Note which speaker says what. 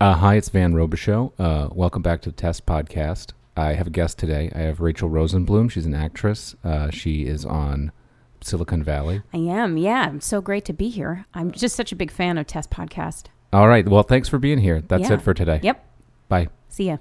Speaker 1: Uh, hi, it's Van Robichaux. Uh, welcome back to the Test Podcast. I have a guest today. I have Rachel Rosenblum. She's an actress. Uh, she is on Silicon Valley.
Speaker 2: I am. Yeah, I'm so great to be here. I'm just such a big fan of Test Podcast.
Speaker 1: All right. Well, thanks for being here. That's
Speaker 2: Yeah.
Speaker 1: it for today.
Speaker 2: Yep.
Speaker 1: Bye.
Speaker 2: See ya.